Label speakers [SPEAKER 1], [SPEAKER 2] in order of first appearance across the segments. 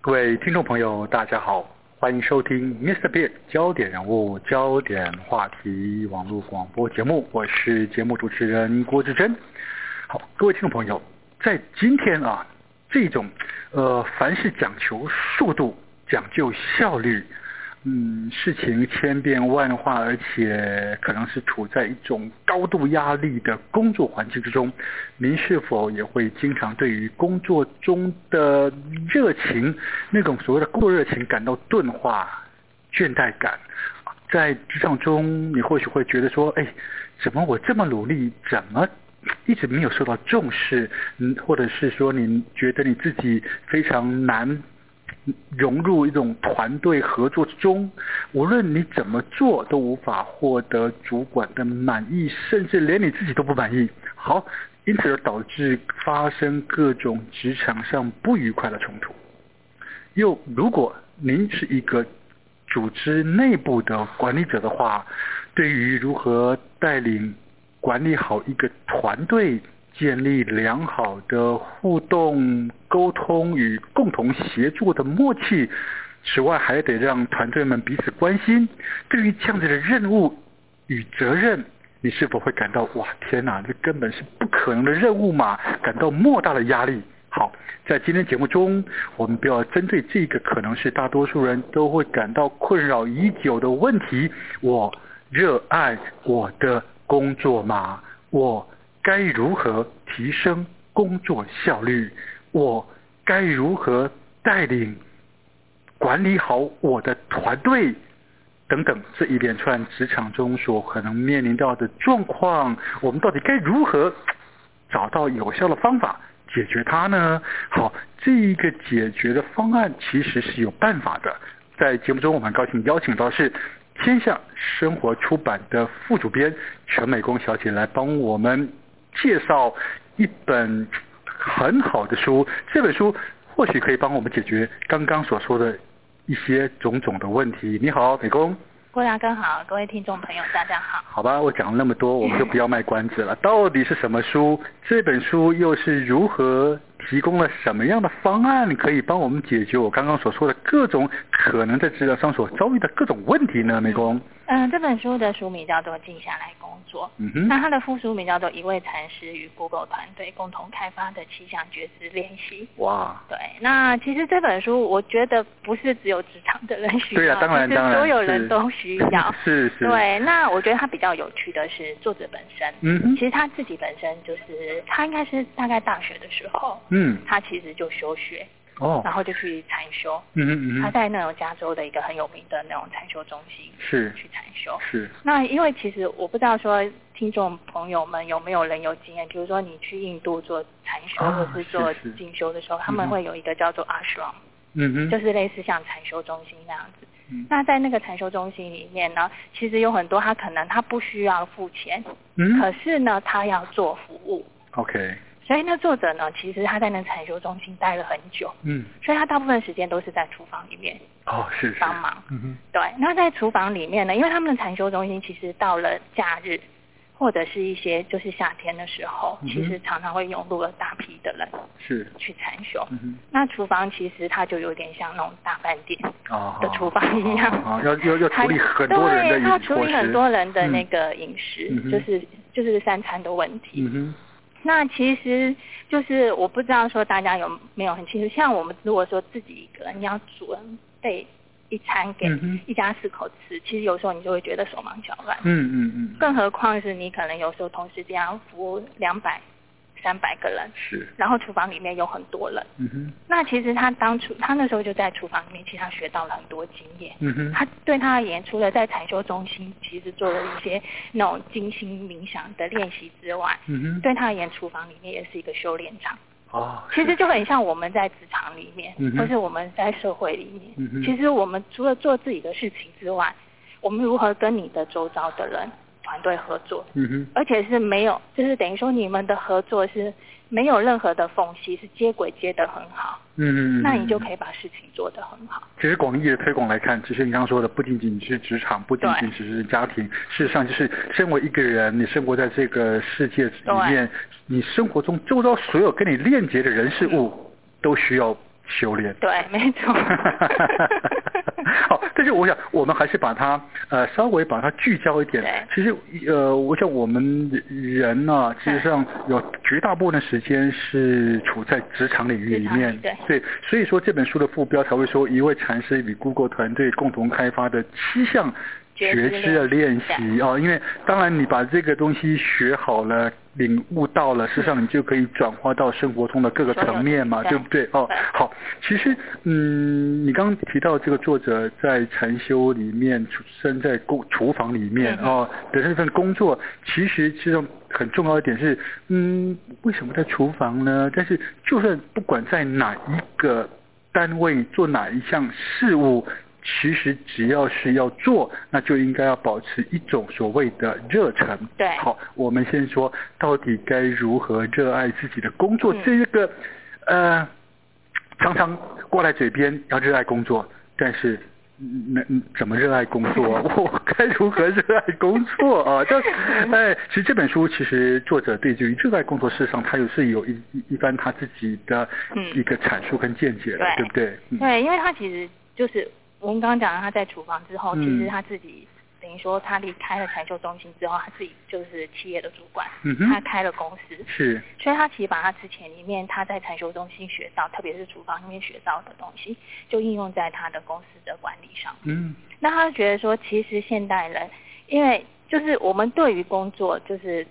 [SPEAKER 1] 各位听众朋友，大家好，欢迎收听 Mr. Big 焦点人物、焦点话题网络广播节目，我是节目主持人郭志珍。好，各位听众朋友，在今天啊，这种呃，凡是讲求速度、讲究效率，嗯，事情千变万化，而且可能是处在一种高度压力的工作环境之中，您是否也会经常对于工作中的热情，那种所谓的过热情感到钝化、倦怠感？在职场中，你或许会觉得说，哎，怎么我这么努力，怎么一直没有受到重视？嗯，或者是说，你觉得你自己非常难融入一种团队合作之中，无论你怎么做都无法获得主管的满意，甚至连你自己都不满意。好，因此而导致发生各种职场上不愉快的冲突。又如果您是一个组织内部的管理者的话，对于如何带领管理好一个团队，建立良好的互动、沟通与共同协作的默契，此外还得让团队们彼此关心。对于这样子的任务与责任，你是否会感到哇天哪，这根本是不可能的任务嘛？感到莫大的压力。好，在今天节目中，我们不要针对这个可能是大多数人都会感到困扰已久的问题：我热爱我的工作吗？我该如何提升工作效率？我该如何带领管理好我的团队？等等，这一连串职场中所可能面临到的状况，我们到底该如何找到有效的方法解决它呢？好，这一个解决的方案其实是有办法的。在节目中，我们很高兴邀请到是天下生活出版的副主编陈美公小姐来帮我们介绍一本很好的书。这本书或许可以帮我们解决刚刚所说的一些种种的问题。你好，美工。
[SPEAKER 2] 郭大哥好，各位听众朋友大家好。
[SPEAKER 1] 好吧，我讲了那么 多，我们就不要卖关子了。到底是什么书？这本书又是如何提供了什么样的方案，可以帮我们解决我刚刚所说的各种可能在治疗上所遭遇的各种问题呢？美工，
[SPEAKER 2] 嗯、这本书的书名叫做《静下来工作》，
[SPEAKER 1] 嗯哼，
[SPEAKER 2] 那它的副书名叫做《一位禅师与 Google 团队共同开发的七项觉知练习》。
[SPEAKER 1] 哇，
[SPEAKER 2] 对，那其实这本书我觉得不是只有职场的人需要，
[SPEAKER 1] 对啊，当然
[SPEAKER 2] 其实
[SPEAKER 1] 当然，
[SPEAKER 2] 所有
[SPEAKER 1] 是。
[SPEAKER 2] 人都需要
[SPEAKER 1] 是 是，，
[SPEAKER 2] 对，那我觉得它比较有趣的是作者本身，
[SPEAKER 1] 嗯哼
[SPEAKER 2] 其实他自己本身就是他应该是大概大学的时候，
[SPEAKER 1] 嗯，
[SPEAKER 2] 他其实就休学，
[SPEAKER 1] 哦
[SPEAKER 2] 然，后就去禅修，
[SPEAKER 1] 嗯哼嗯
[SPEAKER 2] 他
[SPEAKER 1] 哼，
[SPEAKER 2] 在那种加州的一个很有名的那种禅修中心
[SPEAKER 1] 是
[SPEAKER 2] 去禅修。
[SPEAKER 1] 是，
[SPEAKER 2] 那因为其实我不知道说听众朋友们有没有人有经验，比如说你去印度做禅修
[SPEAKER 1] 啊
[SPEAKER 2] 或是做
[SPEAKER 1] 是是
[SPEAKER 2] 进修的时候，他们
[SPEAKER 1] 嗯哼
[SPEAKER 2] 会有一个叫做 ashram，、
[SPEAKER 1] 嗯哼，
[SPEAKER 2] 就是类似像禅修中心那样子。
[SPEAKER 1] 嗯
[SPEAKER 2] 那在那个禅修中心里面呢，其实有很多他可能他不需要付钱，可
[SPEAKER 1] 嗯
[SPEAKER 2] 是呢他要做服务，
[SPEAKER 1] ，OK，
[SPEAKER 2] 所以那作者呢其实他在那禅修中心待了很久，
[SPEAKER 1] 嗯，
[SPEAKER 2] 所以他大部分时间都是在厨房里面
[SPEAKER 1] 哦，是是，
[SPEAKER 2] 帮忙。
[SPEAKER 1] 嗯哼，
[SPEAKER 2] 对，那在厨房里面呢，因为他们的禅修中心其实到了假日，或者是一些就是夏天的时候，
[SPEAKER 1] 嗯哼
[SPEAKER 2] 其实常常会涌入了大批的人
[SPEAKER 1] 是，
[SPEAKER 2] 去禅修。
[SPEAKER 1] 嗯哼。
[SPEAKER 2] 那厨房其实它就有点像那种大饭店，
[SPEAKER 1] 啊
[SPEAKER 2] 的厨房一样
[SPEAKER 1] 啊，要要要
[SPEAKER 2] 它
[SPEAKER 1] 处理很多人的
[SPEAKER 2] 对，
[SPEAKER 1] 饮
[SPEAKER 2] 它
[SPEAKER 1] 食嗯
[SPEAKER 2] 处理很多人的那个饮食，
[SPEAKER 1] 嗯嗯哼
[SPEAKER 2] 就是就是三餐的问题。
[SPEAKER 1] 嗯哼，
[SPEAKER 2] 那其实就是我不知道说大家有没有很清楚，像我们如果说自己一个人你要煮备一餐给
[SPEAKER 1] 嗯哼
[SPEAKER 2] 一家四口吃，其实有时候你就会觉得手忙脚乱，
[SPEAKER 1] 嗯嗯嗯，
[SPEAKER 2] 更何况是你可能有时候同时这样服务两百、三百个人，
[SPEAKER 1] 是，
[SPEAKER 2] 然后厨房里面有很多人。
[SPEAKER 1] 嗯哼，
[SPEAKER 2] 那其实他当初他那时候就在厨房里面，其实他学到了很多经验。
[SPEAKER 1] 嗯哼，
[SPEAKER 2] 他对他而言，除了在禅修中心其实做了一些那种静心冥想的练习之外，
[SPEAKER 1] 嗯哼，
[SPEAKER 2] 对他而言，厨房里面也是一个修炼场。
[SPEAKER 1] 啊，
[SPEAKER 2] 其实
[SPEAKER 1] 是，
[SPEAKER 2] 就很像我们在职场里面，
[SPEAKER 1] 嗯哼
[SPEAKER 2] 或是我们在社会里面。
[SPEAKER 1] 嗯哼
[SPEAKER 2] 其实我们除了做自己的事情之外，我们如何跟你的周遭的人、团队合作，
[SPEAKER 1] 嗯哼，
[SPEAKER 2] 而且是没有，就是等于说你们的合作是没有任何的缝隙，是接轨接得很好，
[SPEAKER 1] 嗯嗯，
[SPEAKER 2] 那你就可
[SPEAKER 1] 以。
[SPEAKER 2] 以把事情做得很好。
[SPEAKER 1] 其实广义的推广来看，其实你刚刚说的不仅仅是职场，不仅仅只是家庭，事实上就是身为一个人，你生活在这个世界里面，你生活中周遭所有跟你链接的人事物，都需要修炼。
[SPEAKER 2] 对，没错。
[SPEAKER 1] 好， 但是我想，我们还是把它呃稍微把它聚焦一点
[SPEAKER 2] 对。
[SPEAKER 1] 其实呃，我想我们人呢、其实上有绝大部分的时间是处在职场领域里面
[SPEAKER 2] 职场。对
[SPEAKER 1] 所以说这本书的副标才会说，一位禅师与 Google 团队共同开发的七项。
[SPEAKER 2] 觉
[SPEAKER 1] 觉
[SPEAKER 2] 知
[SPEAKER 1] 知的练
[SPEAKER 2] 练习
[SPEAKER 1] 习啊、哦，因为当然你把这个东西学好了、领悟到了，事实上你就可以转化到生活中的各个
[SPEAKER 2] 嗯所有
[SPEAKER 1] 层面嘛，
[SPEAKER 2] 对
[SPEAKER 1] 对不对？哦
[SPEAKER 2] 对，
[SPEAKER 1] 好，其实，嗯，你刚刚提到这个作者在禅修里面，出生在工厨房里面
[SPEAKER 2] 嗯
[SPEAKER 1] 哦的这份工作，其实其实很重要一点是，嗯，为什么在厨房呢？但是就算不管在哪一个单位做哪一项事务。其实只要是要做，那就应该要保持一种所谓的热忱。
[SPEAKER 2] 对
[SPEAKER 1] 好，我们先说到底该如何热爱自己的工作，
[SPEAKER 2] 嗯
[SPEAKER 1] 这个呃常常挂在嘴边，要热爱工作，但是嗯那嗯怎么热爱工 作？我该如何热爱工作啊？但哎，其实这本书其实作者对于热爱工作事上，他也是有一一一番他自己的
[SPEAKER 2] 嗯
[SPEAKER 1] 一个阐述跟见解的，
[SPEAKER 2] 对
[SPEAKER 1] 对不对？嗯
[SPEAKER 2] 对，因为他其实就是我们刚刚讲，他在厨房之后，
[SPEAKER 1] 嗯
[SPEAKER 2] 其实他自己等于说他离开了禅修中心之后，他自己就是企业的主管，
[SPEAKER 1] 嗯
[SPEAKER 2] 他
[SPEAKER 1] 哼，
[SPEAKER 2] 开了公司，
[SPEAKER 1] 是，
[SPEAKER 2] 所以他其实把他之前里面他在禅修中心学到，特别是厨房里面学到的东西，就应用在他的公司的管理上。
[SPEAKER 1] 嗯
[SPEAKER 2] 那他觉得说，其实现代人，因为就是我们对于工作，就是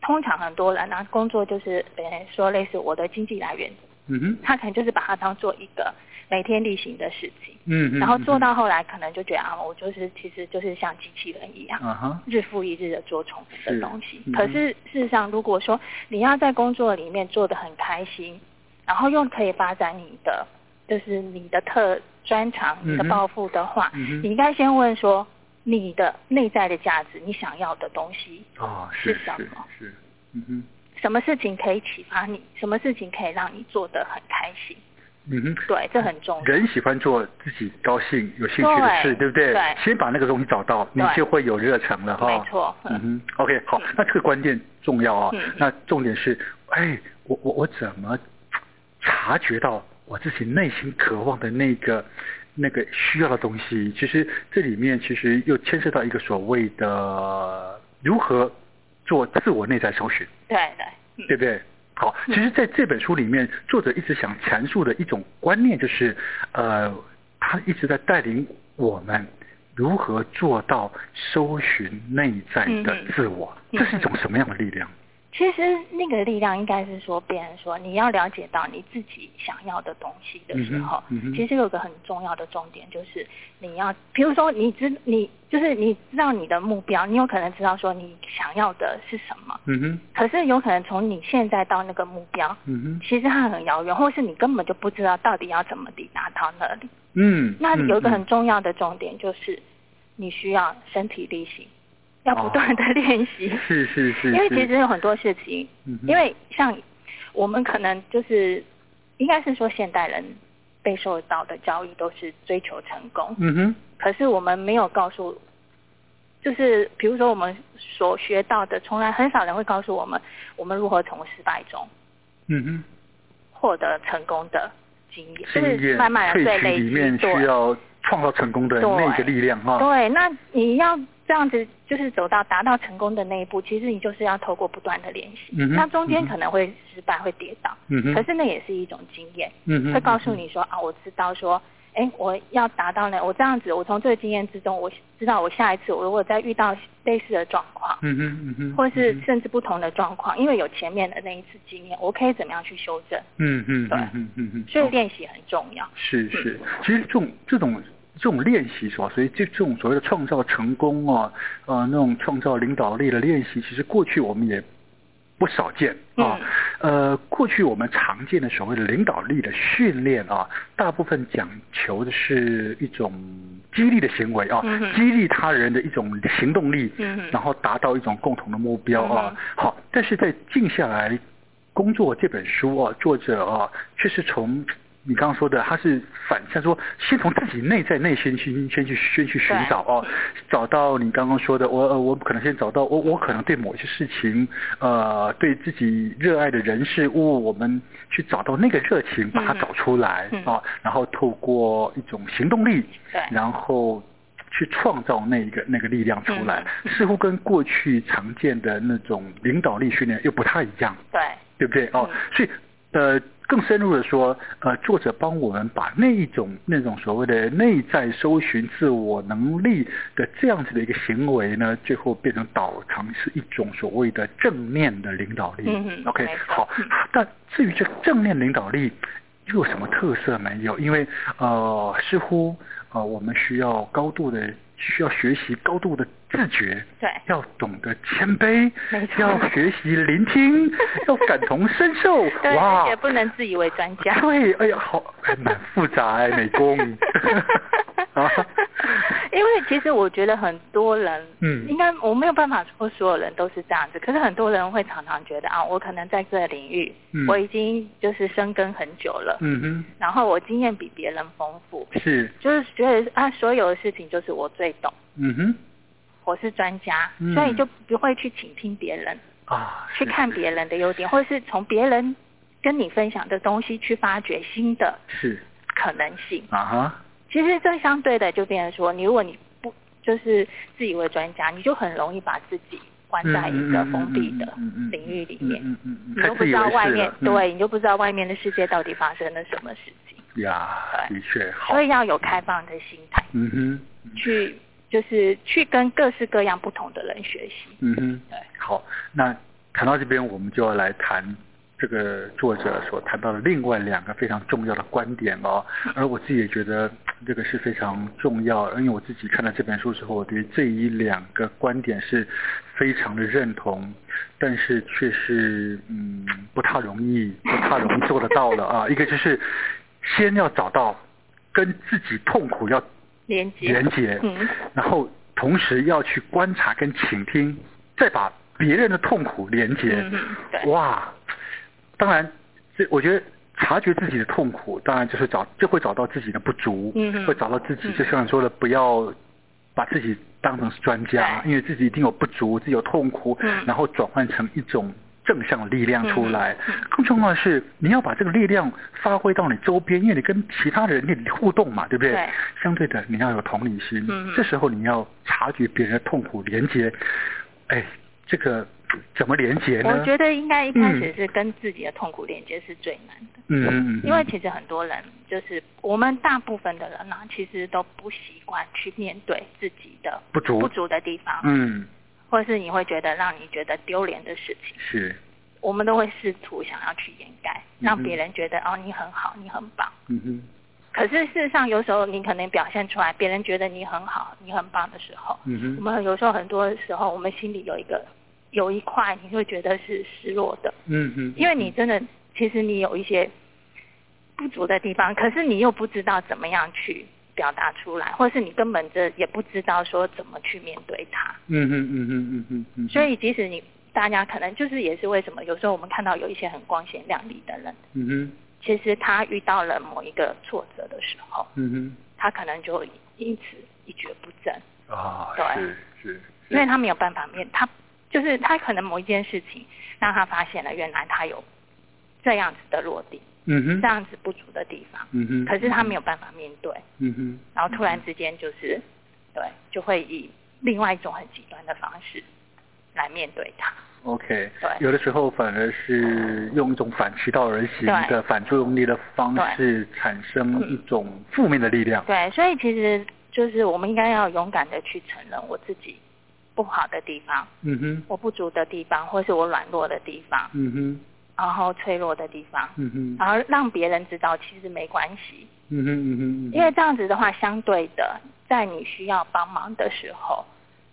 [SPEAKER 2] 通常很多人啊，工作就是呃说类似我的经济来源，
[SPEAKER 1] 嗯哼，
[SPEAKER 2] 他可能就是把它当做一个每天例行的事情，
[SPEAKER 1] 嗯哼，
[SPEAKER 2] 然后
[SPEAKER 1] 嗯哼
[SPEAKER 2] 做到后来可能就觉得啊，我就是其实就是像机器人一样。
[SPEAKER 1] 啊哈，
[SPEAKER 2] 日复一日的做重复
[SPEAKER 1] 是
[SPEAKER 2] 的东西
[SPEAKER 1] 嗯。
[SPEAKER 2] 可是事实上，如果说你要在工作里面做得很开心，然后又可以发展你的就是你的特专长、
[SPEAKER 1] 嗯哼
[SPEAKER 2] 你的抱负的话，
[SPEAKER 1] 嗯哼
[SPEAKER 2] 你应该先问说你的内在的价值，你想要的东西，
[SPEAKER 1] 啊是
[SPEAKER 2] 是什
[SPEAKER 1] 是
[SPEAKER 2] 么
[SPEAKER 1] 是，嗯哼。
[SPEAKER 2] 什么事情可以启发你，什么事情可以让你做得很开心。
[SPEAKER 1] 嗯哼，
[SPEAKER 2] 对，这很重要。
[SPEAKER 1] 人喜欢做自己高兴、有兴趣的事，对
[SPEAKER 2] 对
[SPEAKER 1] 不对？
[SPEAKER 2] 对
[SPEAKER 1] 先把那个东西找到，你
[SPEAKER 2] 对
[SPEAKER 1] 就会有热忱了哈。
[SPEAKER 2] 没错，
[SPEAKER 1] 嗯
[SPEAKER 2] 嗯，
[SPEAKER 1] 哼，OK，好
[SPEAKER 2] 嗯，
[SPEAKER 1] 那这个关键重要啊、
[SPEAKER 2] 嗯嗯
[SPEAKER 1] 那重点是，哎，我我我怎么察觉到我自己内心渴望的那个那个需要的东西？其实这里面其实又牵涉到一个所谓的如何做自我内在搜寻。
[SPEAKER 2] 对
[SPEAKER 1] 对
[SPEAKER 2] 对，嗯，
[SPEAKER 1] 不对？好，其实在这本书里面，作者一直想阐述的一种观念就是，呃，他一直在带领我们如何做到搜寻内在的自我，
[SPEAKER 2] 嗯嗯
[SPEAKER 1] 这是一种什么样的力量？
[SPEAKER 2] 其实那个力量应该是说，别人说你要了解到你自己想要的东西的时候，
[SPEAKER 1] 嗯哼嗯哼
[SPEAKER 2] 其实有个很重要的重点就是你要，比如说你知你就是你知道你的目标，你有可能知道说你想要的是什么，
[SPEAKER 1] 嗯哼，
[SPEAKER 2] 可是有可能从你现在到那个目标，
[SPEAKER 1] 嗯哼，
[SPEAKER 2] 其实它很遥远，或是你根本就不知道到底要怎么抵达到那里。
[SPEAKER 1] 嗯，
[SPEAKER 2] 那
[SPEAKER 1] 嗯
[SPEAKER 2] 有一个
[SPEAKER 1] 嗯
[SPEAKER 2] 很重要的重点就是，你需要身体力行，要不
[SPEAKER 1] 哦
[SPEAKER 2] 断的练习。
[SPEAKER 1] 是是 是，
[SPEAKER 2] 因为
[SPEAKER 1] 是
[SPEAKER 2] 其实有很多事情，
[SPEAKER 1] 嗯哼
[SPEAKER 2] 因为像我们可能就是，应该是说现代人被受到的教育都是追求成功，
[SPEAKER 1] 嗯哼，
[SPEAKER 2] 可是我们没有告诉，就是比如说我们所学到的，从来很少人会告诉我们，我们如何从失败中
[SPEAKER 1] 嗯哼，
[SPEAKER 2] 获得成功的经验，就
[SPEAKER 1] 经
[SPEAKER 2] 是
[SPEAKER 1] 验
[SPEAKER 2] 慢慢的
[SPEAKER 1] 萃
[SPEAKER 2] 对
[SPEAKER 1] 取
[SPEAKER 2] 累
[SPEAKER 1] 里面
[SPEAKER 2] 积，
[SPEAKER 1] 需
[SPEAKER 2] 对
[SPEAKER 1] 要啊创造成功的那个
[SPEAKER 2] 对
[SPEAKER 1] 力量哈。
[SPEAKER 2] 对，那你要这样子，就是走到达到成功的那一步，其实你就是要透过不断的练习。
[SPEAKER 1] 嗯哼
[SPEAKER 2] 那中
[SPEAKER 1] 嗯
[SPEAKER 2] 间
[SPEAKER 1] 哼
[SPEAKER 2] 可能会失败，会跌倒，
[SPEAKER 1] 嗯哼，
[SPEAKER 2] 可是那也是一种经验，
[SPEAKER 1] 嗯哼，
[SPEAKER 2] 会告诉你说啊，我知道说，哎，我要达到呢，我这样子，我从这个经验之中，我知道我下一次我如果再遇到类似的状况，
[SPEAKER 1] 嗯哼，嗯哼，
[SPEAKER 2] 或是
[SPEAKER 1] 嗯哼
[SPEAKER 2] 甚至不同的状况，因为有前面的那一次经验，我可以怎么样去修正，
[SPEAKER 1] 嗯哼，
[SPEAKER 2] 对
[SPEAKER 1] 嗯哼，嗯哼，
[SPEAKER 2] 所以练习很重要。
[SPEAKER 1] 是是，其实这种这种这种练习是吧？所以这这种所谓的创造成功啊，呃，那种创造领导力的练习，其实过去我们也不少见
[SPEAKER 2] 嗯
[SPEAKER 1] 啊。呃，过去我们常见的所谓的领导力的训练啊，大部分讲求的是一种激励的行为啊，
[SPEAKER 2] 嗯哼
[SPEAKER 1] 激励他人的一种行动力，
[SPEAKER 2] 嗯哼
[SPEAKER 1] 然后达到一种共同的目标啊。
[SPEAKER 2] 嗯哼
[SPEAKER 1] 好，但是在静下来工作这本书啊，作者啊，却是从你刚刚说的，它是反向说，先从自己内在内心去先去先去寻找哦，找到你刚刚说的，我呃我可能先找到我我可能对某些事情，呃对自己热爱的人事物，我们去找到那个热情，把它找出来
[SPEAKER 2] 嗯嗯
[SPEAKER 1] 哦，然后透过一种行动力，
[SPEAKER 2] 对
[SPEAKER 1] 然后去创造那一个那个力量出来，
[SPEAKER 2] 嗯
[SPEAKER 1] 似乎跟过去常见的那种领导力训练又不太一样。
[SPEAKER 2] 对，
[SPEAKER 1] 对不对？哦，
[SPEAKER 2] 嗯
[SPEAKER 1] 所以呃，更深入的说，呃，作者帮我们把那一种那种所谓的内在搜寻自我能力的这样子的一个行为呢，最后变成导成是一种所谓的正面的领导力。
[SPEAKER 2] 嗯嗯
[SPEAKER 1] OK，
[SPEAKER 2] 没错
[SPEAKER 1] 好
[SPEAKER 2] 嗯，
[SPEAKER 1] 但至于这个正面领导力又有什么特色没有？因为呃，似乎呃，我们需要高度的需要学习高度的自觉，
[SPEAKER 2] 对
[SPEAKER 1] 要懂得谦卑
[SPEAKER 2] 没，错。
[SPEAKER 1] 要学习聆听，要感同身受
[SPEAKER 2] 对，
[SPEAKER 1] 哇
[SPEAKER 2] 而且，不能自以为专家。
[SPEAKER 1] 对，哎呀，好，还蛮复杂哎，美工。啊，
[SPEAKER 2] 因为其实我觉得很多人，
[SPEAKER 1] 嗯
[SPEAKER 2] 应该我没有办法说所有人都是这样子，可是很多人会常常觉得啊，我可能在这个领域，
[SPEAKER 1] 嗯
[SPEAKER 2] 我已经就是深耕很久了，
[SPEAKER 1] 嗯
[SPEAKER 2] 然后我经验比别人丰富，
[SPEAKER 1] 哼，是，
[SPEAKER 2] 就是觉得啊，所有的事情就是我最懂，
[SPEAKER 1] 嗯哼，
[SPEAKER 2] 我是专家，
[SPEAKER 1] 嗯
[SPEAKER 2] 所以就不会去倾听别人，
[SPEAKER 1] 啊，
[SPEAKER 2] 去
[SPEAKER 1] 是
[SPEAKER 2] 看别人的优点，或是从别人跟你分享的东西去发掘新的
[SPEAKER 1] 是
[SPEAKER 2] 可能性。
[SPEAKER 1] 啊哈，
[SPEAKER 2] 其实这相对的就变成说，你如果你不就是自以为专家，你就很容易把自己关在一个封闭的领域里面，
[SPEAKER 1] 嗯嗯嗯，
[SPEAKER 2] 你
[SPEAKER 1] 太
[SPEAKER 2] 就不
[SPEAKER 1] 自
[SPEAKER 2] 知
[SPEAKER 1] 以
[SPEAKER 2] 道
[SPEAKER 1] 为
[SPEAKER 2] 外
[SPEAKER 1] 是
[SPEAKER 2] 面
[SPEAKER 1] 了，，嗯
[SPEAKER 2] 对，你就不知道外面的世界到底发生了什么事情，
[SPEAKER 1] 嗯呀，
[SPEAKER 2] 对
[SPEAKER 1] 的确好
[SPEAKER 2] 所，以要有开放的心态，
[SPEAKER 1] 嗯哼，嗯
[SPEAKER 2] 去就是去跟各式各样不同的人学习。
[SPEAKER 1] 嗯哼
[SPEAKER 2] 对，
[SPEAKER 1] 好，那谈到这边，我们就要来谈这个作者所谈到的另外两个非常重要的观点了哦。
[SPEAKER 2] 嗯
[SPEAKER 1] 而我自己也觉得这个是非常重要，因为我自己看了这本书之后，我对这一两个观点是非常的认同，但是却是嗯不太容易，不太容易做得到了 啊。一个就是先要找到跟自己痛苦要
[SPEAKER 2] 连接，
[SPEAKER 1] 连接，
[SPEAKER 2] 嗯，
[SPEAKER 1] 然后同时要去观察跟倾听，再把别人的痛苦连接
[SPEAKER 2] 嗯。嗯对
[SPEAKER 1] 哇，当然，这我觉得察觉自己的痛苦，当然就是找就会找到自己的不足，
[SPEAKER 2] 嗯嗯
[SPEAKER 1] 会找到自己
[SPEAKER 2] 嗯，
[SPEAKER 1] 就像你说的，不要。把自己当成是专家，
[SPEAKER 2] 对
[SPEAKER 1] 因为自己一定有不足，自己有痛苦，
[SPEAKER 2] 嗯
[SPEAKER 1] 然后转换成一种正向的力量出来。
[SPEAKER 2] 嗯嗯
[SPEAKER 1] 更重要的是，你要把这个力量发挥到你周边，因为你跟其他人你互动嘛，对不对？
[SPEAKER 2] 对
[SPEAKER 1] 相对的，你要有同理心。
[SPEAKER 2] 嗯嗯
[SPEAKER 1] 这时候你要察觉别人的痛苦，连接。哎，这个怎么连接呢？
[SPEAKER 2] 我觉得应该一开始
[SPEAKER 1] 嗯
[SPEAKER 2] 是跟自己的痛苦连接是最难的。
[SPEAKER 1] 嗯嗯嗯，
[SPEAKER 2] 因为其实很多人就是我们大部分的人呢、其实都不习惯去面对自己的
[SPEAKER 1] 不足
[SPEAKER 2] 不足的地方，
[SPEAKER 1] 嗯
[SPEAKER 2] 或是你会觉得让你觉得丢脸的事情，
[SPEAKER 1] 是
[SPEAKER 2] 我们都会试图想要去掩盖，
[SPEAKER 1] 嗯哼
[SPEAKER 2] 让别人觉得哦你很好，你很棒。
[SPEAKER 1] 嗯哼
[SPEAKER 2] 可是事实上，有时候你可能表现出来，别人觉得你很好，你很棒的时候，
[SPEAKER 1] 嗯
[SPEAKER 2] 我
[SPEAKER 1] 哼
[SPEAKER 2] 们有时候很多时候，我们心里有一个有一块，你会觉得是失落的，
[SPEAKER 1] 嗯哼，
[SPEAKER 2] 因为你真的其实你有一些不足的地方，可是你又不知道怎么样去表达出来，或是你根本这也不知道说怎么去面对它。
[SPEAKER 1] 嗯哼嗯哼嗯哼嗯哼，
[SPEAKER 2] 所以即使你大家可能就是也是为什么有时候我们看到有一些很光鲜亮丽的人，
[SPEAKER 1] 嗯哼
[SPEAKER 2] 其实他遇到了某一个挫折的时候，
[SPEAKER 1] 嗯
[SPEAKER 2] 他可能就因此一蹶不振，
[SPEAKER 1] 哼啊
[SPEAKER 2] 对
[SPEAKER 1] 是是，
[SPEAKER 2] 因为他没有办法面他就是他可能某一件事情让他发现了原来他有这样子的落地，
[SPEAKER 1] 嗯
[SPEAKER 2] 这
[SPEAKER 1] 哼
[SPEAKER 2] 样子不足的地方。
[SPEAKER 1] 嗯哼，
[SPEAKER 2] 可是他没有办法面对，
[SPEAKER 1] 嗯哼
[SPEAKER 2] 然后突然之间
[SPEAKER 1] 嗯
[SPEAKER 2] 就是，对，就会以另外一种很极端的方式来面对他。
[SPEAKER 1] OK，
[SPEAKER 2] 对
[SPEAKER 1] 有的时候反而是用一种反其道而行的反作用力的方式，产生一种负面的力量。
[SPEAKER 2] 对，所以其实就是我们应该要勇敢的去承认我自己不好的地方，
[SPEAKER 1] 嗯哼
[SPEAKER 2] 我不足的地方，或是我软弱的地方，
[SPEAKER 1] 嗯哼
[SPEAKER 2] 然后脆弱的地方，
[SPEAKER 1] 嗯哼
[SPEAKER 2] 然后让别人知道其实没关系，
[SPEAKER 1] 嗯哼嗯哼，
[SPEAKER 2] 因为这样子的话，相对的，在你需要帮忙的时候，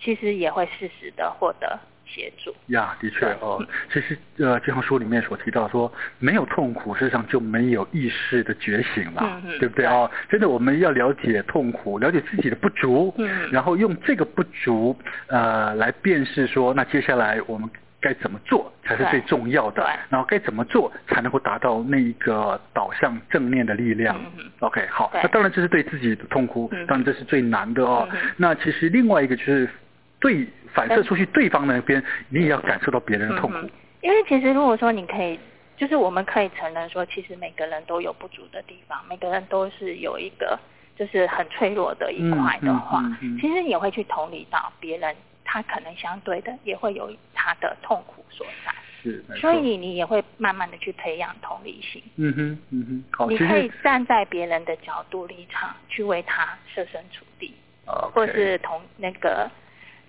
[SPEAKER 2] 其实也会适时的获得协助。
[SPEAKER 1] 呀，的确哦，其实呃，这本书里面所提到说，没有痛苦，事实上就没有意识的觉醒了，
[SPEAKER 2] 嗯嗯
[SPEAKER 1] 对不对哦？真的，我们要了解痛苦，了解自己的不足，
[SPEAKER 2] 嗯
[SPEAKER 1] 然后用这个不足呃来辨识说，那接下来我们该怎么做才是最重要的
[SPEAKER 2] 对，
[SPEAKER 1] 然后该怎么做才能够达到那一个导向正念的力量。
[SPEAKER 2] 嗯嗯
[SPEAKER 1] OK，好，
[SPEAKER 2] 对
[SPEAKER 1] 那当然这是对自己的痛苦，
[SPEAKER 2] 嗯
[SPEAKER 1] 当然这是最难的哦。
[SPEAKER 2] 嗯嗯
[SPEAKER 1] 那其实另外一个就是对反射出去对方那边，你也要感受到别人的痛苦。
[SPEAKER 2] 嗯哼因为其实如果说你可以，就是我们可以承认说，其实每个人都有不足的地方，每个人都是有一个就是很脆弱的一块的话，
[SPEAKER 1] 嗯嗯嗯嗯
[SPEAKER 2] 其实也会去同理到别人，他可能相对的也会有他的痛苦所在，
[SPEAKER 1] 是，没错
[SPEAKER 2] 所以，你你也会慢慢的去培养同理心。
[SPEAKER 1] 嗯哼，嗯哼，好，
[SPEAKER 2] 你
[SPEAKER 1] 其
[SPEAKER 2] 可
[SPEAKER 1] 实
[SPEAKER 2] 以站在别人的角度立场去为他设身处地，或
[SPEAKER 1] OK 嗯
[SPEAKER 2] 是同那个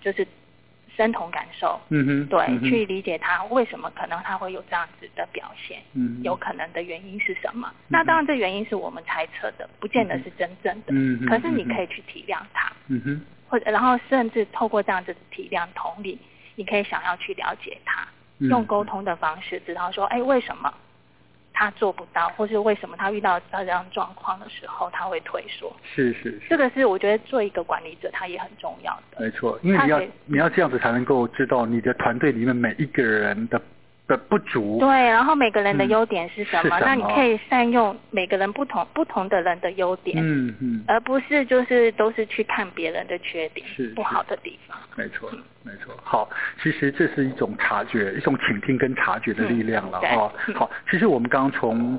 [SPEAKER 2] 就是身同感受，
[SPEAKER 1] 嗯哼，
[SPEAKER 2] 对，
[SPEAKER 1] 嗯哼
[SPEAKER 2] 去理解他为什么可能他会有这样子的表现，
[SPEAKER 1] 嗯哼
[SPEAKER 2] 有可能的原因是什么？那当然，这原因是我们猜测的，不见得是真正的。
[SPEAKER 1] 嗯哼
[SPEAKER 2] 可是你
[SPEAKER 1] 嗯哼
[SPEAKER 2] 可以去体谅他，
[SPEAKER 1] 嗯哼，
[SPEAKER 2] 或者然后甚至透过这样子的体谅、同理，你可以想要去了解他，
[SPEAKER 1] 嗯
[SPEAKER 2] 用沟通的方式知道说，哎，为什么他做不到，或是为什么他遇到这样状况的时候他会退缩？
[SPEAKER 1] 是是是。
[SPEAKER 2] 这个是我觉得做一个管理者他也很重要的。
[SPEAKER 1] 没错，因为
[SPEAKER 2] 他
[SPEAKER 1] 你要
[SPEAKER 2] 可以
[SPEAKER 1] 你要这样子才能够知道你的团队里面每一个人的的不足。
[SPEAKER 2] 对，然后每个人的
[SPEAKER 1] 嗯
[SPEAKER 2] 优点是什么？
[SPEAKER 1] 是什
[SPEAKER 2] 那你
[SPEAKER 1] 么
[SPEAKER 2] 可以善用每个人不同不同的人的优点，
[SPEAKER 1] 嗯嗯，
[SPEAKER 2] 而不是就是都是去看别人的缺点
[SPEAKER 1] 是、哦
[SPEAKER 2] 不
[SPEAKER 1] 是
[SPEAKER 2] 好的地方。
[SPEAKER 1] 没错没错。好，其实这是一种察觉，一种倾听跟察觉的力量了
[SPEAKER 2] 嗯对
[SPEAKER 1] 哈、
[SPEAKER 2] 嗯
[SPEAKER 1] 好，其实我们刚刚从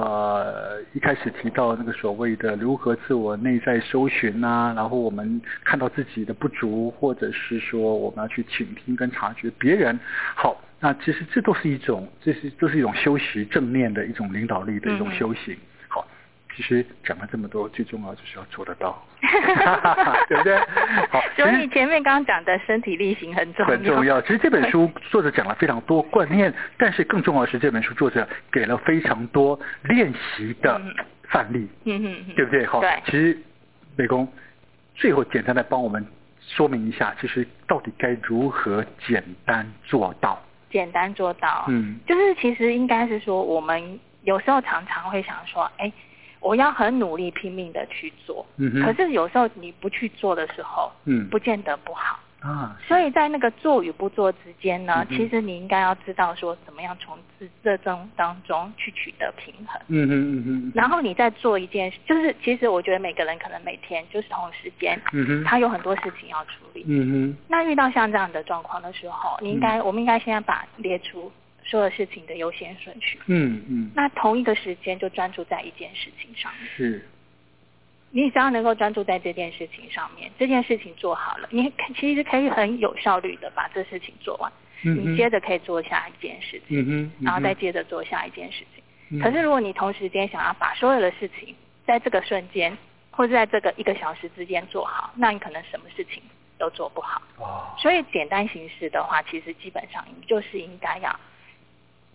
[SPEAKER 1] 呃一开始提到那个所谓的如何自我内在搜寻啊，然后我们看到自己的不足，或者是说我们要去倾听跟察觉别人。好。那其实这都是一种，这是都是一种修习正念的一种领导力的一种
[SPEAKER 2] 嗯
[SPEAKER 1] 修行。好，其实讲了这么多，最重要就是要做得 到，对不对？好，其
[SPEAKER 2] 所
[SPEAKER 1] 实
[SPEAKER 2] 以前面刚刚讲的身体力行很重要，
[SPEAKER 1] 很重要。其实这本书作者讲了非常多观念，但是更重要的是这本书作者给了非常多练习的
[SPEAKER 2] 嗯
[SPEAKER 1] 范例，
[SPEAKER 2] 嗯嗯嗯，
[SPEAKER 1] 对不对？好，
[SPEAKER 2] 对
[SPEAKER 1] 其实美工最后简单的帮我们说明一下，其实到底该如何简单做到？
[SPEAKER 2] 简单做到。
[SPEAKER 1] 嗯
[SPEAKER 2] 就是其实应该是说，我们有时候常常会想说，哎，我要很努力拼命的去做，
[SPEAKER 1] 嗯哼，
[SPEAKER 2] 可是有时候你不去做的时候，
[SPEAKER 1] 嗯
[SPEAKER 2] 不见得不好。
[SPEAKER 1] 啊
[SPEAKER 2] 所以在那个做与不做之间
[SPEAKER 1] 嗯，
[SPEAKER 2] 呢
[SPEAKER 1] 哼
[SPEAKER 2] 其实你应该要知道说怎么样从这这中当中去取得平衡。
[SPEAKER 1] 嗯哼嗯哼，
[SPEAKER 2] 然后你在做一件，就是其实我觉得每个人可能每天就是同时间，
[SPEAKER 1] 嗯哼
[SPEAKER 2] 他有很多事情要处理。
[SPEAKER 1] 嗯
[SPEAKER 2] 那遇到像这样的状况的时候，你应该、我们应该先要把列出所有事情的优先顺序。
[SPEAKER 1] 哼嗯嗯
[SPEAKER 2] 那同一个时间就专注在一件事情上面，
[SPEAKER 1] 是
[SPEAKER 2] 你只要能够专注在这件事情上面，这件事情做好了，你可其实可以很有效率的把这事情做完。
[SPEAKER 1] 嗯哼
[SPEAKER 2] 你接着可以做下一件事情，
[SPEAKER 1] 嗯哼，嗯哼
[SPEAKER 2] 然后再接着做下一件事
[SPEAKER 1] 嗯
[SPEAKER 2] 情。可是如果你同时间想要把所有的事情在这个瞬间，或者在这个一个小时之间做好，那你可能什么事情都做不好。
[SPEAKER 1] 哦
[SPEAKER 2] 所以简单形式的话，其实基本上你就是应该要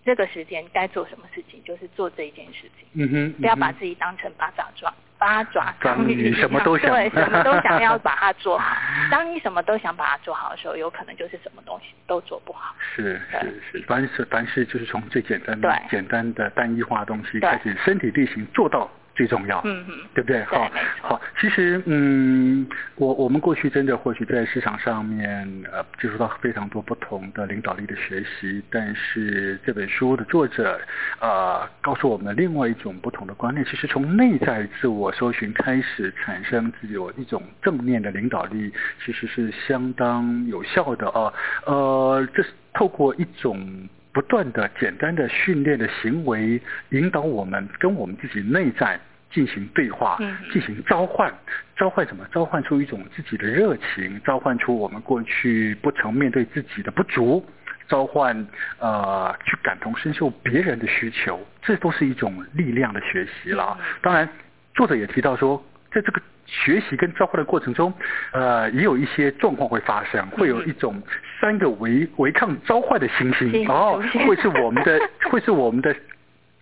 [SPEAKER 2] 这个时间该做什么事情，就是做这一件事情，
[SPEAKER 1] 嗯哼，
[SPEAKER 2] 不要
[SPEAKER 1] 嗯
[SPEAKER 2] 把
[SPEAKER 1] 哼
[SPEAKER 2] 自己当成八爪抓八爪
[SPEAKER 1] 章鱼
[SPEAKER 2] 鱼一样，
[SPEAKER 1] 什么都想
[SPEAKER 2] 对，什么都想要把它做 好。当你什么都想把它做好的时候，有可能就是什么东西都做不好。
[SPEAKER 1] 是
[SPEAKER 2] 对
[SPEAKER 1] 是是，凡事凡事就是从最简单的
[SPEAKER 2] 对
[SPEAKER 1] 简单的单一化的东西
[SPEAKER 2] 对
[SPEAKER 1] 开始，身体力行做到最重要。
[SPEAKER 2] 嗯嗯。
[SPEAKER 1] 对不对？
[SPEAKER 2] 对
[SPEAKER 1] 好
[SPEAKER 2] 没，错
[SPEAKER 1] 好，其实，嗯，我我们过去真的或许在市场上面，呃，接触到非常多不同的领导力的学习，但是这本书的作者，呃，告诉我们另外一种不同的观念，其实从内在自我搜寻开始，产生自己有一种正面的领导力，其实是相当有效的啊，呃，这是透过一种。不断的简单的训练的行为，引导我们跟我们自己内在进行对话
[SPEAKER 2] 嗯，
[SPEAKER 1] 进行召唤，召唤什么？召唤出一种自己的热情，召唤出我们过去不曾面对自己的不足，召唤呃去感同身受别人的需求，这都是一种力量的学习了啊
[SPEAKER 2] 嗯。
[SPEAKER 1] 当然，作者也提到说，在这个学习跟召唤的过程中，呃，也有一些状况会发生，会有一种三个违违抗召唤的星
[SPEAKER 2] 星
[SPEAKER 1] 星，
[SPEAKER 2] 星
[SPEAKER 1] 哦
[SPEAKER 2] 出，现
[SPEAKER 1] 会是我们的，会是我们的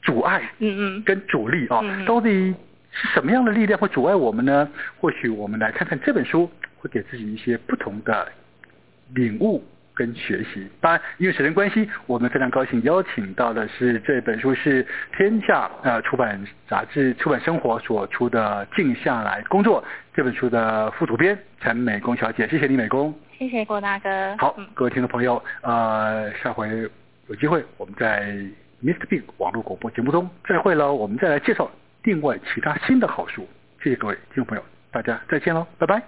[SPEAKER 1] 阻碍。
[SPEAKER 2] 嗯嗯，
[SPEAKER 1] 跟阻力啊
[SPEAKER 2] 嗯，
[SPEAKER 1] 到底是什么样的力量会阻碍我们呢？或许我们来看看这本书会给自己一些不同的领悟跟学习。当然，因为时间关系，我们非常高兴邀请到的是这本书是天下呃出版杂志出版生活所出的《静下来工作》这本书的副主编陈美工小姐，谢谢你，美工。
[SPEAKER 2] 谢谢郭大哥。
[SPEAKER 1] 好
[SPEAKER 2] 嗯，，
[SPEAKER 1] 各位听众朋友，呃，下回有机会我们在 Mr. Big 网络广播节目中再会喽，我们再来介绍另外其他新的好书。谢谢各位听众朋友，大家再见喽，拜拜。